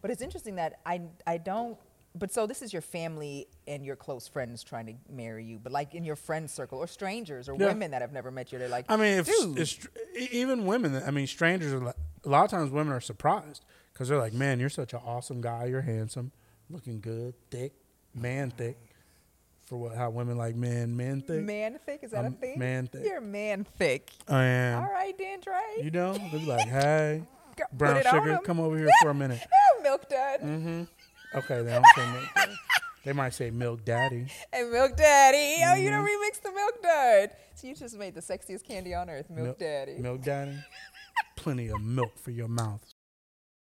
But it's interesting that I I don't. But so this is your family and your close friends trying to marry you, but like in your friend circle or strangers or Yeah. women that have never met you, they're like, I mean, if, dude, if str- e- even women, I mean, strangers are like, a lot of times women are surprised because they're like, "Man, you're such an awesome guy. You're handsome, looking good, thick, man thick." For what? How women like men, men thick. man thick is that I'm a thing? man thick. You're man thick. I am. All right, Dan Drake. You know, they be like, "Hey, Go- brown put it on sugar, him. come Mm-hmm. over here for a minute." Ah, milk dud Okay, they don't say milk. Daddy. They might say milk daddy. and milk daddy. Oh, you don't Mm-hmm. remix the milk dud. So you just made the sexiest candy on earth, milk daddy. Milk daddy. Plenty of milk for your mouth.